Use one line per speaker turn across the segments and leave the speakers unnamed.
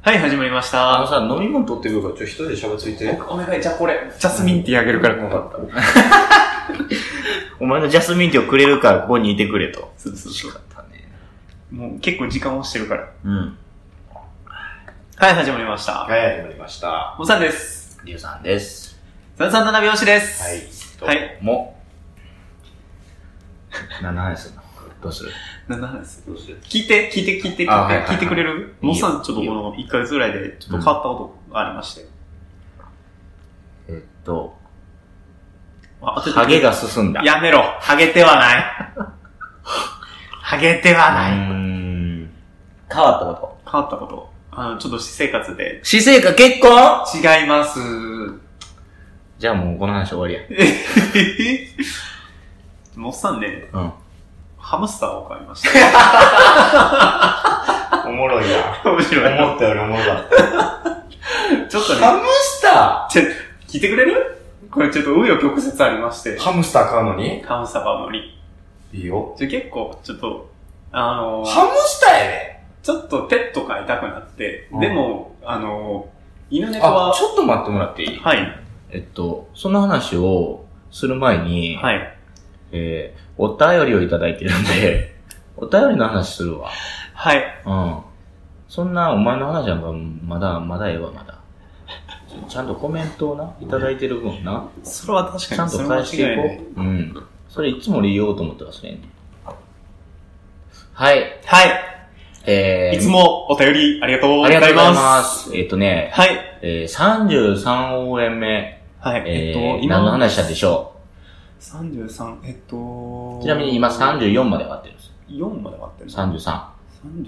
はい、始まりまし
あの
た。
さ、飲み物取ってくるから、ちょ、一人でしゃぶついて。
お願い、じゃあこれ、ジャスミンティーあげるから、
分かった。
お前のジャスミンティーをくれるから、ここにいてくれと。
そうそうそう
かったね。
もう結構時間をしてるから。
うん。
はい、始まりました。
はい、始まりました。は
おさんです。
リュウさんです。
さんさん七拍子です。
い。どう
はい
も。何の話するのどうする
何の話す
どうする
聞いて、聞いて、聞いて、聞いて、
あはいはいはい
聞いてくれる
い
も
いよ
うさん、ちょっとこの1ヶ月ぐらいで、ちょっと変わったことがありまして。
えっと、
あ当てて
ハゲが進んだ。
やめろ。ハゲてはない。ハゲてはない。
うーん。変わったこと。
変わったこと。あの、ちょっと私生活で。
私生活結婚
違い ます。
じゃあもうこの話終わりや。
もうさんね、
うん。
ハムスターを買いました。
おもろいな。
面白い。
思ったよりおもろかっ
ちょっと
た。
ね、
ハムスタ
ちょ聞いてくれるこれちょっと紆余曲折ありまして
ー。ハムスター買うのに
ハムスター買うのに。
いいよ。
ちょ結構、ちょっと、あのー
ハムスターやで。
ちょっとペット飼いたくなって、
うん
でも、あの、犬猫
あ
は、、
ちょっと待ってもらっていい
はい、
えっと、その話をする前に、
はい。
えー、お便りをいただいてるんで、 お便りの話するわ。
はい。
うん。そんなお前の話なんかまだ、まだええわ、まだ。ちゃんとコメントをな、いただいてる分な、
それは確か
ち
に、
ゃんと
それは
返してい
間違
こ。
ないう
うん。それいつも俺言おうと思ってますねん。はい。
は
え
い。
ー、
いつもお便りありがとうご
あ
ざ
り
います。
がとうございます。えっ、とね、
はい。
えー、33応援目。
はい。
えー
っと、今、
何の話したでしょ
33、えっと、
うちなみに今34まで上がってるんです。
4まで割ってる。
33。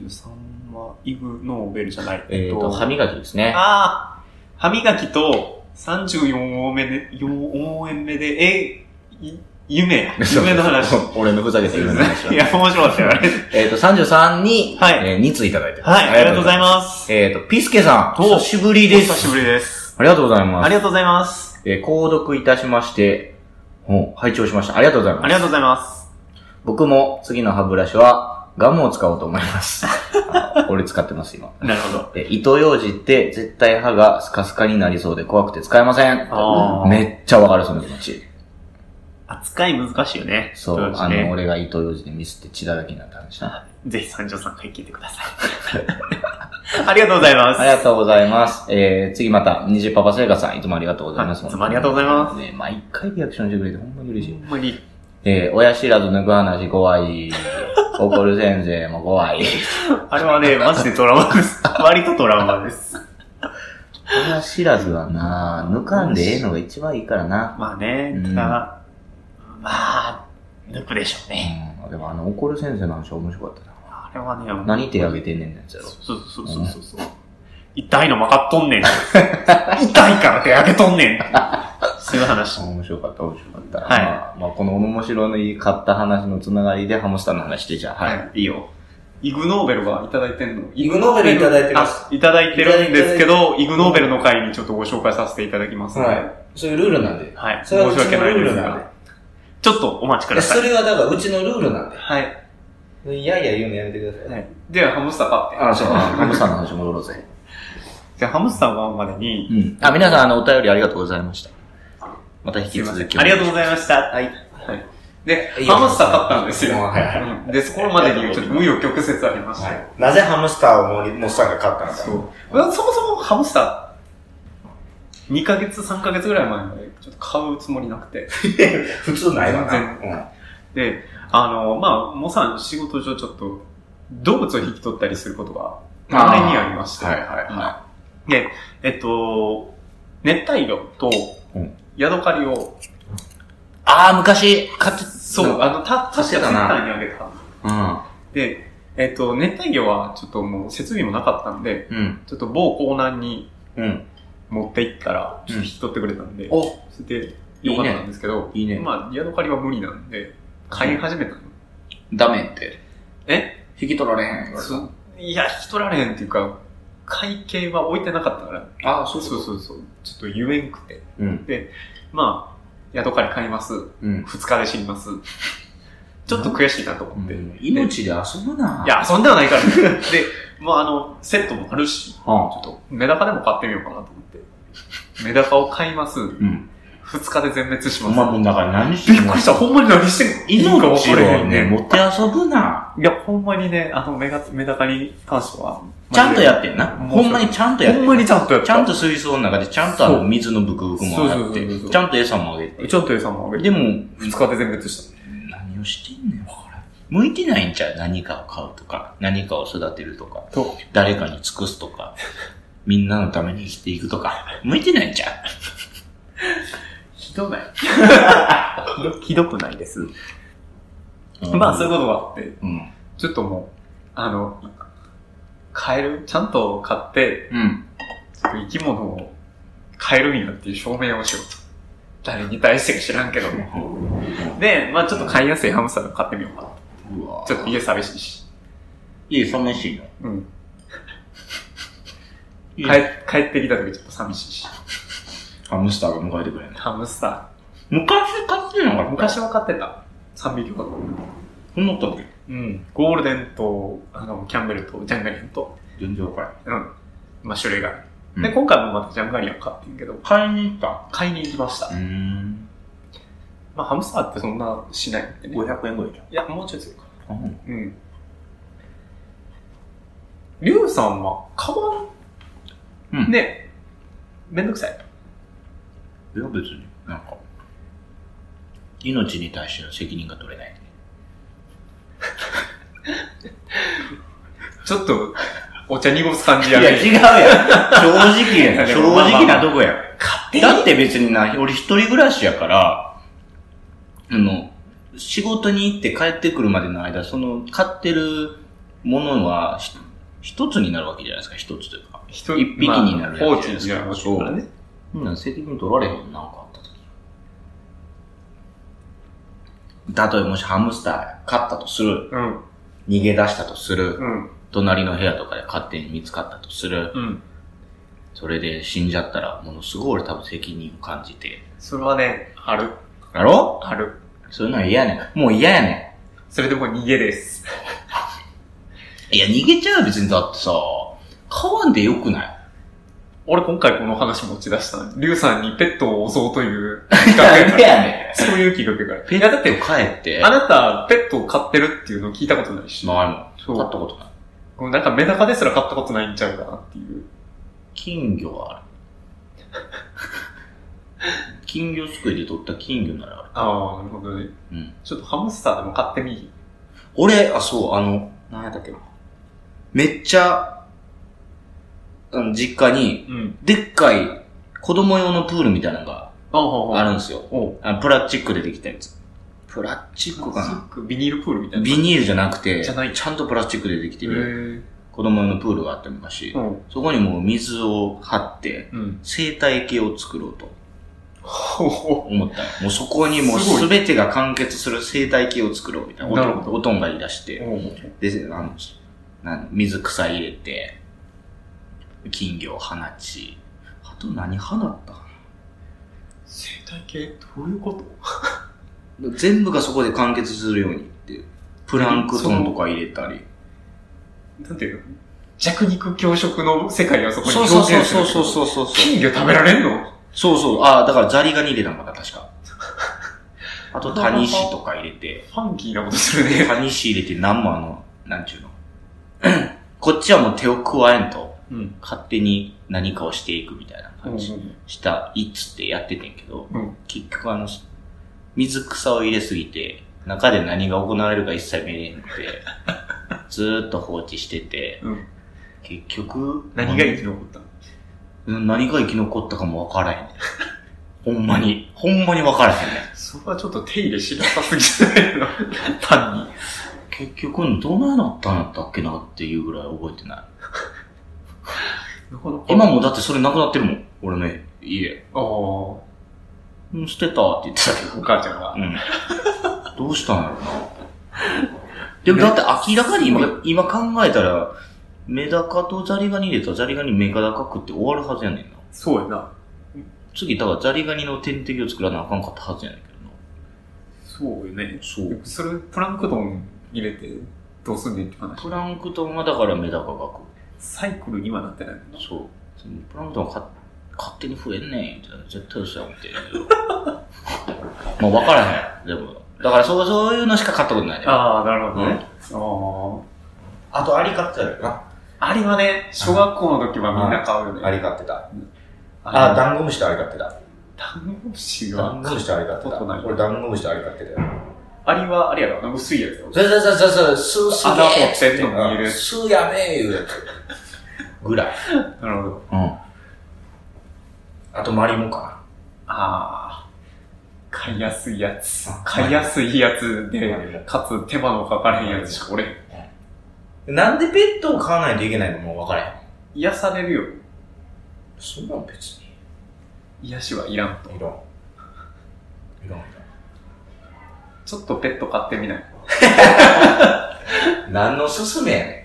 33はイグ・ノーベルじゃない。
えっ、と、歯磨きですね。
ああ、歯磨きと34応目で、4応援目で、え、い夢や。夢の話。。
俺のふざけた夢の話
い
は。
や、面白かったよ、あれ。
えっ、と、33に、
はい
えー、2ついただいてます
はい、ありがとうございます。
えっ、と、ピスケさん、
お
久しぶりです。
お久しぶりです。
ありがとうございます。
ありがとうございます。
えー、購読いたしまして、お拝聴しました。ありがとうございます。
ありがとうございます。
僕も次の歯ブラシは、ガムを使おうと思 います。あ俺使ってます、今。
なるほど。
えー、糸用紙って絶対歯がスカスカになりそうで怖くて使えません。
あー
めっちゃわかる、その気持ち。
扱い難しいよね。
そう、
です
あの、
ね。
俺が糸用紙でミスって血だらけになった話な。
ぜひ三条さんから聞いてください。 ありがとうございます。
ありがとうございます。えー、次また、虹パパ生活さん、いつもありがとうございます。。
はいいつもありがとうございます
ね、毎回リアクションしてくれて、ほんまに嬉し
ほ
い。
んまに。
えー、親知らず抜く話 怖い。怒る先生も怖い。
あれはね、マジでトラウマです。割とトラウマです。
親知らずはな、抜かんでええのが一番いいからな。
まあね、ただ、まあ、抜くでしょうね。
うん。でもあの、怒る先生の話は面白かったな。
あれはね、
何手挙げてんねんのやつやろ。
そうそうそうそうそう。痛いの分かっとんねん。痛いから手開けとんねん。そういう話。
面白かった、面白かった。
はい
まあ、まあ、この面白のいい買った話のつながりでハムスターの話して、じゃあ、はい。
い。いいよ。イグノーベルはいただいてんの
イグノーベルいただいてます。
あいただいてるんですけど、イグノーベルの回にちょっとご紹介させていただきますので。はい。
い。そういうルールなんで。
申し訳ないですが。ちょっとお待ちください。
れはだから、うちのルールなん
はい。
で。いやいや言うのやめてくだ
は
さい。
い。では、ハムスター買って。
あ、そう、ハムスターの話戻ろうぜ。
じゃあ、ハムスターがまでに
う、ん。あ、皆さん、あの、お便りありがとうございました。また引き続き。
ありがとうございました。
はい。
はい。で
い、いよ
ハムスター買ったんですよ。
はいはい
うんで、そこまでにちょっと無余曲折ありました。
はい。なぜハムスターを森本さんが買ったのか。
そう。まあそもそもハムスター、2ヶ月、3ヶ月ぐらい前までちょっと買うつもりなくて。
普通ないわな。
全で、あの、まあ、もうさ、仕事上ちょっと、動物を引き取ったりすることが、
あー
前にありまして。
はいはいは
で、えっと、熱帯魚と
うん、
ヤドカリを、
あー、昔、買って、
そう、あの、た、確か
買ってたな
ツイッターにあげた。
う
で、えっと、熱帯魚はちょっともう設備もなかったんで、
ん。うん。
ちょっと某コーナーに
うん。
持って行ったら、ちょっと引き取ってくれたんで、
お、
それで、良かったんですけど、
いいねいいね
まあ、ヤドカリは無理なんで、買い始めたの。
ダメって。
え
引き取られへん言われた。
そいや、引き取られへんっていうか、会計は置いてなかったから、
あー、
そうそうそうそう、ちょっと言えんくて。
うん。
まあ、ヤドカリ買います。
うん。
二日で死にます。ちょっと悔しいなと思って。
うん命で遊ぶな。
いや、遊んではないから。で、まああの、セットもあるし、ち
は
ょっとメダカでも買ってみようかなと思って。メダカを買います。
あ、うん。
二日で全滅し
お前
ま
も
す。
うだから何して
びっ
んの
くりした。ほんまに何してんの意味が分
命
かれへ
を
ん
ね、
ね。
持って遊ぶな。
いや、ほんまにね、あのメガ、メダカに関しては。。
ちゃんとやっててんな。
も
ほ
うん
まにちゃんとやって
ほ
ん
ん
な
まにちゃんとやった。
ちゃんと水槽の中で、ちゃんとあ
そ
の
う
水のブクブクも
そ
あっ
うそうそうそう
て、ちゃんと餌もあげて。
ちょっと餌もあげて。
でも、
二日で全滅した。
何をしてんねん、これ。向いてないんちゃう何かを買うとか、何かを育てるとか、
と、
誰かに尽くすと か、みんなのために生きていくとか、向いてないんちゃう
ひどない。 ひど、ひどくないです。
うん
まあ、そういうことがあって、
うん。
ちょっともう、あの、買える、ちゃんと買って、
うん。
生き物を変えるんやっていう証明をしようと。誰に対してか知らんけども。で、まあちょっと買いやすいハムスターを買ってみようかな。
うわ
ちょっと家寂しいし。
家寂しいの。
うん。帰
家
帰ってきた時ちょっと寂しいし。
ハムスターが迎えてくれんの。
ハムスタ
昔買ってなかっ
ー。
た
昔は飼ってた。3匹ほど。
そんなことない
うん。ゴールデンと、あの、キャンベルとジャンガリアンと、
全然わからん
うん。まあ種類がある。
うん
で、今回もまたジャンガリアン飼ってんけど、
買いに行った
買いに行きました。
ん。
まあハムスターってそんなしないんでね。
500円ぐらいじ
いや、もうちょい強いか。
ゃん。
うん。りゅうさんは、カバン、
うん
ね、めんどくさい。
いや、別に。なんか、命に対しての責任が取れない。
ちょっと、お茶濁す感じや
いや、
ね。
違うやん。正直やん。
いやで
正
もまあまあ
直なとこやん。
勝手に
だって別にな、俺一人暮らしやから、あの、仕事に行って帰ってくるまでの間、その、買ってるものは、ひ一つになるわけじゃないですか、一つというか。
一
一匹になるやつ
放置になるやつだからね。
うん、性的に取られへん、なんかあった時。例えばもしハムスター買ったとする。
うん、
逃げ出したとする。
うん、
隣の部屋とかで勝手に見つかったとする。
うん。
それで死んじゃったら、ものすごい俺多分責任を感じて。
それはね、ある、
やろ
ある。
そういうのは嫌やねん。もう嫌やね
それでもう逃げです。
ん。いや、逃げちゃうよ別に。だってさ、買わんでよくない
俺今回この話持ち出したの。りゅうさんにペットを襲うという 企画やか
なん
ら
でやね
そういう企画や
ん。
か
ペ
ら。い
ッ
や、だっ
ト
て、
帰って。
あなた、ペットを飼ってるっていうの聞いたことないし。
まあ、
そ
買
う
ったことない。
もうなんかメダカですら買ったことないんちゃうかなっていう。
金魚はある。 金魚すくいで取った金魚ならある。
ああ、なるほどね。
うん。
ちょっとハムスターでも買ってみい
俺、あ、そう、あの、なんやったっけな。めっちゃ、あの、実家に、
うん。
でっかい子供用のプールみたいなのが
ああ、
あ
る。
るんですよ。
おう。
あのプラスチックでできたやつ。プラスチック
プラスチ
か
ックビニールプールみたい
な
な。
ビニールじゃなくて、
じゃない
ちゃんとプラスチックでできて
へ
る
ー
子供用のプールがあった昔、
うん。
そこにもう水を張って、
うん。
生態系を作ろうと
ほうほ
思ったの。もうそこにもう
すごい
全てが完結する生態系を作ろうみたいな。
なるほ
おとんおとんが言い出し
う。
て、
おう
で、あの、なん水草入れて、金魚を放ち、あと何放ったか
生態系どういうこと
な全部がそこで完結するようにって、プランクトンとか入れたり。
なんていうの弱肉強食の世界がそこに
そうそうそう
する
そうそうそうそう。
金魚食べられんの
そうそう。ああ、だからザリガニ入れたのかな、確か。あと、タニシとか入れて、
ファンキーなことするね。
タニシ入れて何もあの、なんちゅうの。 こっちはもう手を加えんと、
うん。
勝手に何かをしていくみたいな
う
感じ
ん。
した、いっつってやっててんけど、
うん
結局あの、水草を入れすぎて、中で何が行われるか一切見れなくて、 ずーっと放置してて、
うん
結局、
何が生き残ったの
うん何が生き残ったかも分からへん。ほんまに。ほんまに分からへんね。
それはちょっと手入れしなさすぎじゃない の単に。
結局、どないなったんやったっけなっていうぐらい覚えてない。
なかなか
今もだってそれなくなってるもん。俺の家。
ああ、お
うん捨てたって言ってたけど。
母ちゃんが。
うん。どうしたんやろな。 でもだって明らかに今、今考えたら、メダカとザリガニ入れたらザリガニメカダカ食って終わるはずやねんな。
そうやな。
次、だからザリガニの天敵を作らなあかんかったはずやねんけどな。
そうよね。
そう。
それ、プランクトン入れて、どうすんねんって話。
プランクトンはだからメダカが食う。
サイクルにはなってないもんな。
そう。そのプランクトンがか勝手に増えんねんって絶対嘘や思ってんけど。ま あ分からへん。でも。だからそうそういうのしか買ったことないね。
ああ、なるほどね。
あと、アリ買ってたよな。
ああ。アリはね、小学校の時はみんな買うよね。
アリ買ってた。
あ
あ、
れ、
ダンゴムシとアリ買ってた。
ダンゴムシ
ダン
は
ゴ、ムシとアリ買って
買ったことない
た。俺、ダンゴムシとアリ買ってたよ。
アリはあれやろ、薄いやつやろ。
そうそうそうそう、スースー
穴掘ってんのもいる
スーやねえ、言うやつ。ぐらい。
なるほど。
うん。
あと、マリモか
ああ。買いやすいやつ。買いやすいやつで、かつ手間のかからへんやつしか俺、
な。なんでペットを飼わないといけないのも分からへん。
癒されるよ。
そんなん別に。
癒しはいらんと。
いらん。いらんい
ちょっとペット飼ってみない。
らん。何のすすめやねん。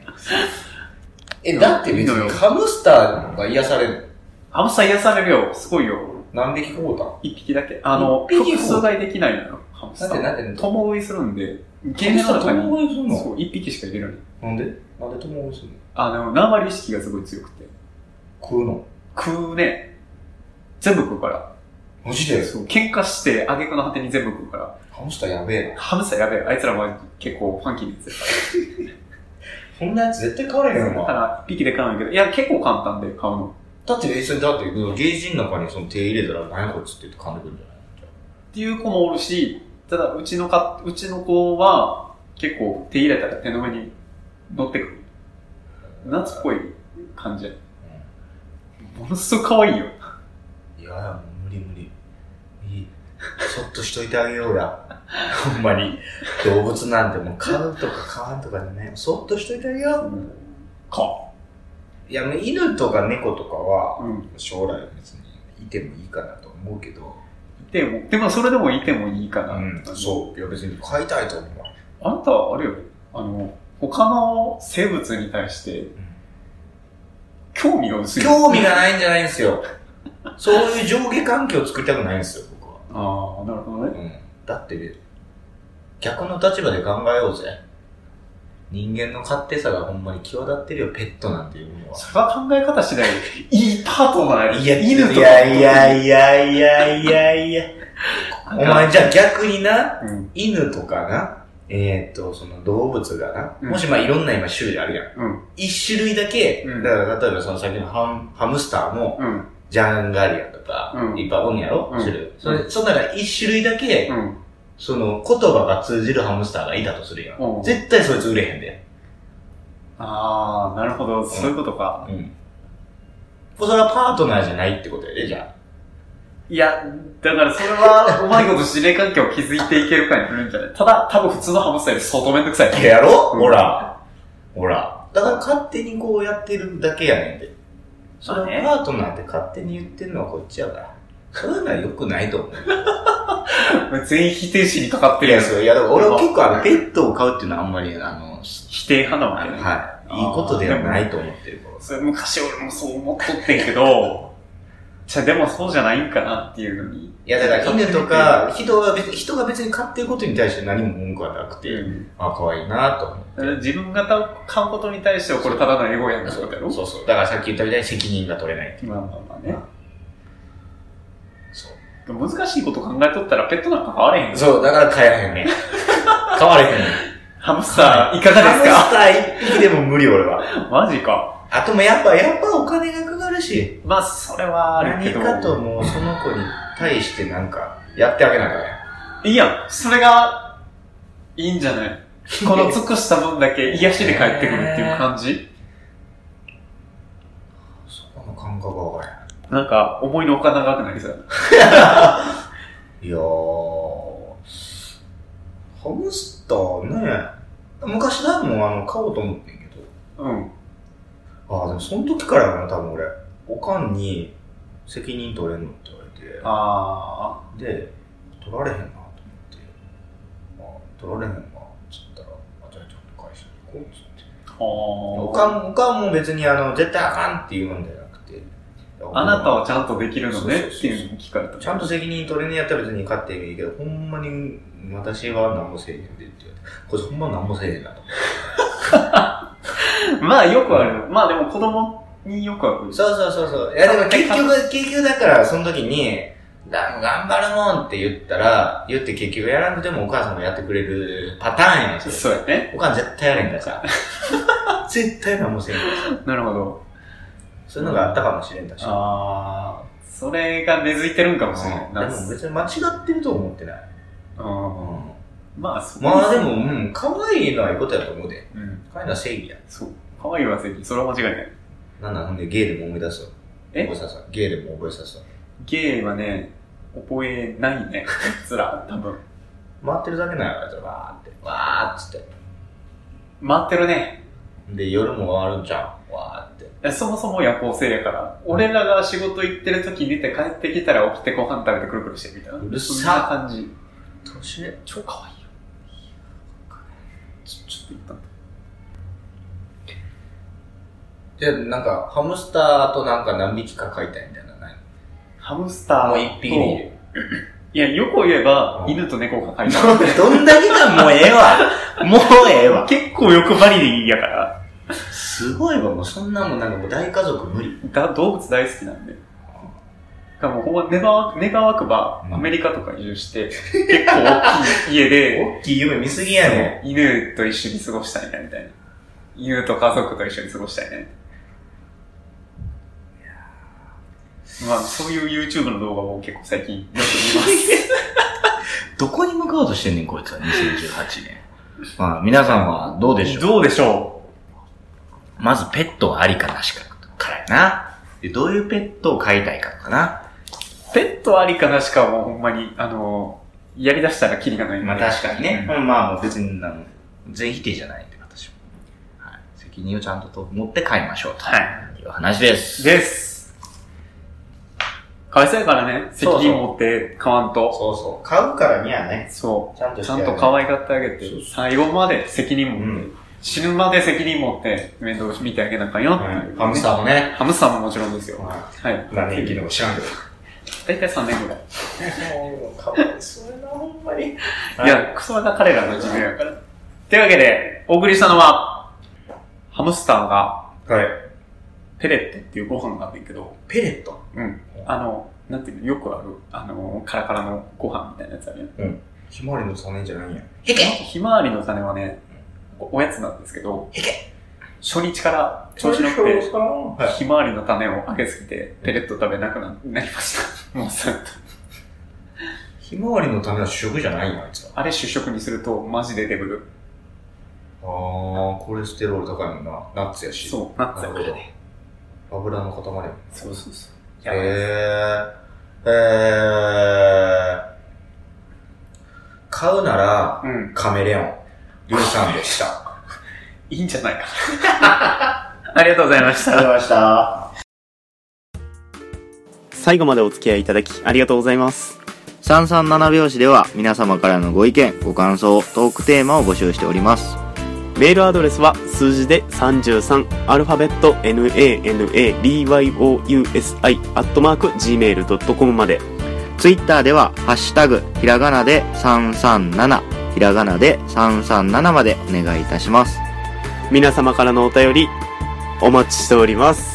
え、
ん
だって別にハムスターが癒される。
ハムスター癒されるよ。すごいよ。
何匹こうたん
一匹だけ。あの、
一匹
複数買いできないのよ。ハムスター。
なんでなんで
共食いするんで、ゲー
ハム
ム
ス
の
タ
中
ー
に。
共食いするの
そう、一匹しか入れられない。
なんでなんで友達するの
あの、縄張り意識がすごい強くて。
食うの
食うね。全部食うから。
マジで
そう、喧嘩して、挙句の果てに全部食うから。
ハムスターやべえな。
ハムスターやべえ。あいつらは結構ファンキーなやつやか
こんなやつ絶対買われへんよ
ら。だか
な。
ら、一匹で買うんやけど、いや、結構簡単で買うの。
だって別に、だって、ゲージの中にその手入れたら何やこいつって言って噛んでくるんじゃない
っていう子もおるし、ただ、うちのか、うちの子は、結構手入れたら手の上に乗ってくる。夏っぽい感じや。ものすごく可愛いよ。
いや、もう無理無理。いい。そっとしといてあげようや。 ほんまに。動物なんてもう飼うとか飼わんとかでね、そっとしといてあげよ
か。
う。いや、もう犬とか猫とかは、
うん。
将来別にいてもいいかなと思うけど、
いても、でもそれでもいてもいいかな。
そう。いや、別に飼いたいと思うわ。
あなたはあれよね、あの、他の生物に対して、興味が薄い。
興味がないんじゃないんですよ。そういう上下関係を作りたくないんですよ、僕は。
ああ、なるほどね。
うん。だって、逆の立場で考えようぜ。人間の勝手さがほんまに際立ってるよ、ペットなんていうものは。
それは考え方次第、いいパートナー
い
に、
や、
犬とか。
いやいやいやいやいやいや。 お前じゃあ逆にな、
うん。
犬とかな、えー、っと、その動物がな、
うん
もしまあいろんな今種類あるやん。
うん。
一種類だけ、
うん
だから例えばその先のハムハムスターも、
うん。
ジャンガリアとか、
うん
いっぱいおんやろ、
うん
種類。それ、そんなら一種類だけ、
うん。
その言葉が通じるハムスターがいたとするやん。
うん
絶対そいつ売れへんで。
ああ、なるほど。そういうことか。
うん。それはパートナーじゃないってことやで、じゃあ。
いや、だからそれは、うまいこと指令関係を築いていけるかによるんじゃないただ、多分普通のハムスターより相当めんどくさい。
いややろ、
うん
ほら。ほら。だから勝手にこうやってるだけやねんで。それ
まあね
はパートナーって勝手に言ってんのはこっちやから。そういうのは良くないと思う。
全員否定心にかかって
い
るや
や、
ん。
そう。いや、だから俺は結構あの、ペットを飼うっていうのはあんまり、あの、
否定派なわ
あ
け
の
ね。
はい。いいことではないと思ってるから。
それ昔俺もそう思っとってんけど、 じゃあでもそうじゃないんかなっていうのに。
いや、だから犬とか、人は別に、人が別に飼ってることに対して何も文句はなくて、
うん、
あ、可愛いなと思って。
だから自分が買うことに対してはこれただのエゴやんってことやろ
そうそう。だからさっき言ったみたいに責任が取れない。
まあまあまあね。
そう。
でも難しいこと考えとったらペットなんか飼われへんよ。
そう、だから飼えへん ね。飼われへんね。
ハムスタ ーいかがです
ハ
か
ムスター一匹でも無理、俺は。
マジか。
あともやっぱ、やっぱお金がかかるし、
まあそれはあるけ
何
ど。
かともうその子に対してなんか、やってあげなきゃね。
いいやん。それが、いいんじゃないこの尽くした分だけ癒しで帰ってくるっていう感じ
そこの感覚はわからへん。
なんか思いのお金がなくなりそうやない
やー、ハムスターね、昔だもん、あの、買おうと思ってんけ
うん。
ど、ああ、でもその時からやな、多分俺、おかんに責任取れんのって言わ
ああ。
れて、で、取られへんなと思って、ああ、取られへんな、つったら、あじゃあちょっと会社に行こうっつって。
あー
おかん、おかんも別にあの、絶対あかんって言うんじゃなくて、
あなたはちゃんとできるのね
そうそうそうそう
っていうのも聞かれた。
ちゃんと責任取れねえやったら別に勝ってもいいけど、ほんまに私は何もせえへんでって言われて、こいつほんま何もせえへんなと。
まあよくある。まあでも子供によくある。
そうそうそうそう。いやでも結局、結局だからその時に、だ頑張るもんって言ったら、言って結局やらなくてもお母さんもやってくれるパターンやねん。
そうやね。
おかん絶対やれんから さ。絶対何もせえへんからさ。
なるほど。
そういうのがあったかもしれんだし。
ああ、それが根付いてるんかもしれない。
でも別に間違ってると思ってない。う
あ
ん
ーまあ、そこ
まあでも、うん、可愛いのはいいことやと思うで。
うん。
可愛いのは正義や。
そう。可愛いわ、ぜひ。それは間違いない。
なんだ、ほんでゲイでも思い出すわ。
え
覚えさせたゲイでも覚えさせた
ゲイはね、覚えないね。こいつ ら、多分。
回ってるだけなんやあいつらわーって。わーっつって。
回ってるね。
で、夜も回るんじゃん。わーって。
いやそもそも夜行性やから。俺らが仕事行ってる時寝て帰ってきたら起きてご飯食べてくるくるしてるみたいな。
うるさ
そんな感じ。
年上
超可愛いよ。ちょ、ちょっと言ったんだ。
で、なんか、ハムスターとなんか何匹か飼いたいみたいなのない
ハムスター
の。
と。
もう 一匹でいいよ。
いや、よく言えば、
うん
犬と猫が飼いたい。
どんだけかもうええわ。もうええわ。
結構欲張りでいいやから。
すごいわ、もうそんなもんなんかもう大家族無理。
だ動物大好きなんで。かもうほんま願わく、願わくば
う、ん
アメリカとか移住して、結構大きい家で、
大きい夢見すぎやね
犬と一緒に過ごしたいな、みたいな。犬と家族と一緒に過ごしたいね。まあ、そういう YouTube の動画も結構最近よく見ます。
どこに向かおうとしてんねん、こいつは、2018年。 まあ、皆さんはどうでしょう
どうでしょ
まずペットはありかなしかからやな。で、どういうペットを飼いたいかとかな。
うペットありかなしかはもうほんまに、あの、やりだしたらキリがないんで。
まあ確かにね。
うん
うんまあもう別に、あの、全否定じゃないって私も。はい。責任をちゃんとと持って飼いましょうと。。
はい
いう話です。
です。かわいそうやからね、責
そうそう
任持って買わんと。
そうそう。買うからにはね。
そ
ちゃん
う。
と
ち
し
ゃ
て
ん
やる
と可愛がってあげて
そうそう、
最後まで責任持って、
うん
死ぬまで責任持って面倒見てあげなあかんよっていうね、
ハムスターもね。
ハムスターももちろんですよ。はい。
何年生きるのか知らんけど。
大体3年ぐらい。
かわいそうやな、ほんまに。い
い、や、クソが彼らの寿命やから。というわけで、お送りしたのは、ハムスターが
はい。
ペレットっていうご飯があるんだけど、
ペレット。
うん。あの、なんていうの、よくある、あの、カラカラのご飯みたいなやつあるやん
ひまわりの種じゃないんや。
へけ
ひまわりの種はね、おやつなんですけど、初日から調子乗って、
は
ひまわりの種をあげすぎて、ペレット食べなくななりま した。もうさ、
い。ひまわりの種は主食じゃないんや、あいつら。
あれ主食にするとマジでデブる。
あー、コレステロール高いもんな。ナッツやし。
そう、なっち
な
ゃ
る
う
ほ
か
ど
らね。。
油の塊やもん。
そうそうそう。いや、
へえー。えー。買うなら、
うん、
カメレオン。リュウさんでした。
いいんじゃないかな。あ りがとうございました。
りがとうございました。
最後までお付き合いいただきありがとうございます
337拍子では皆様からのご意見、ご感想、トークテーマを募集しております。
メールアドレスは数字で33アルファベット nanabyousi.gmail.com まで
Twitter では、ハッシュタグ、ひらがなで337、ひらがなで337までお願いいたします。
皆様からのお便りお待ちしております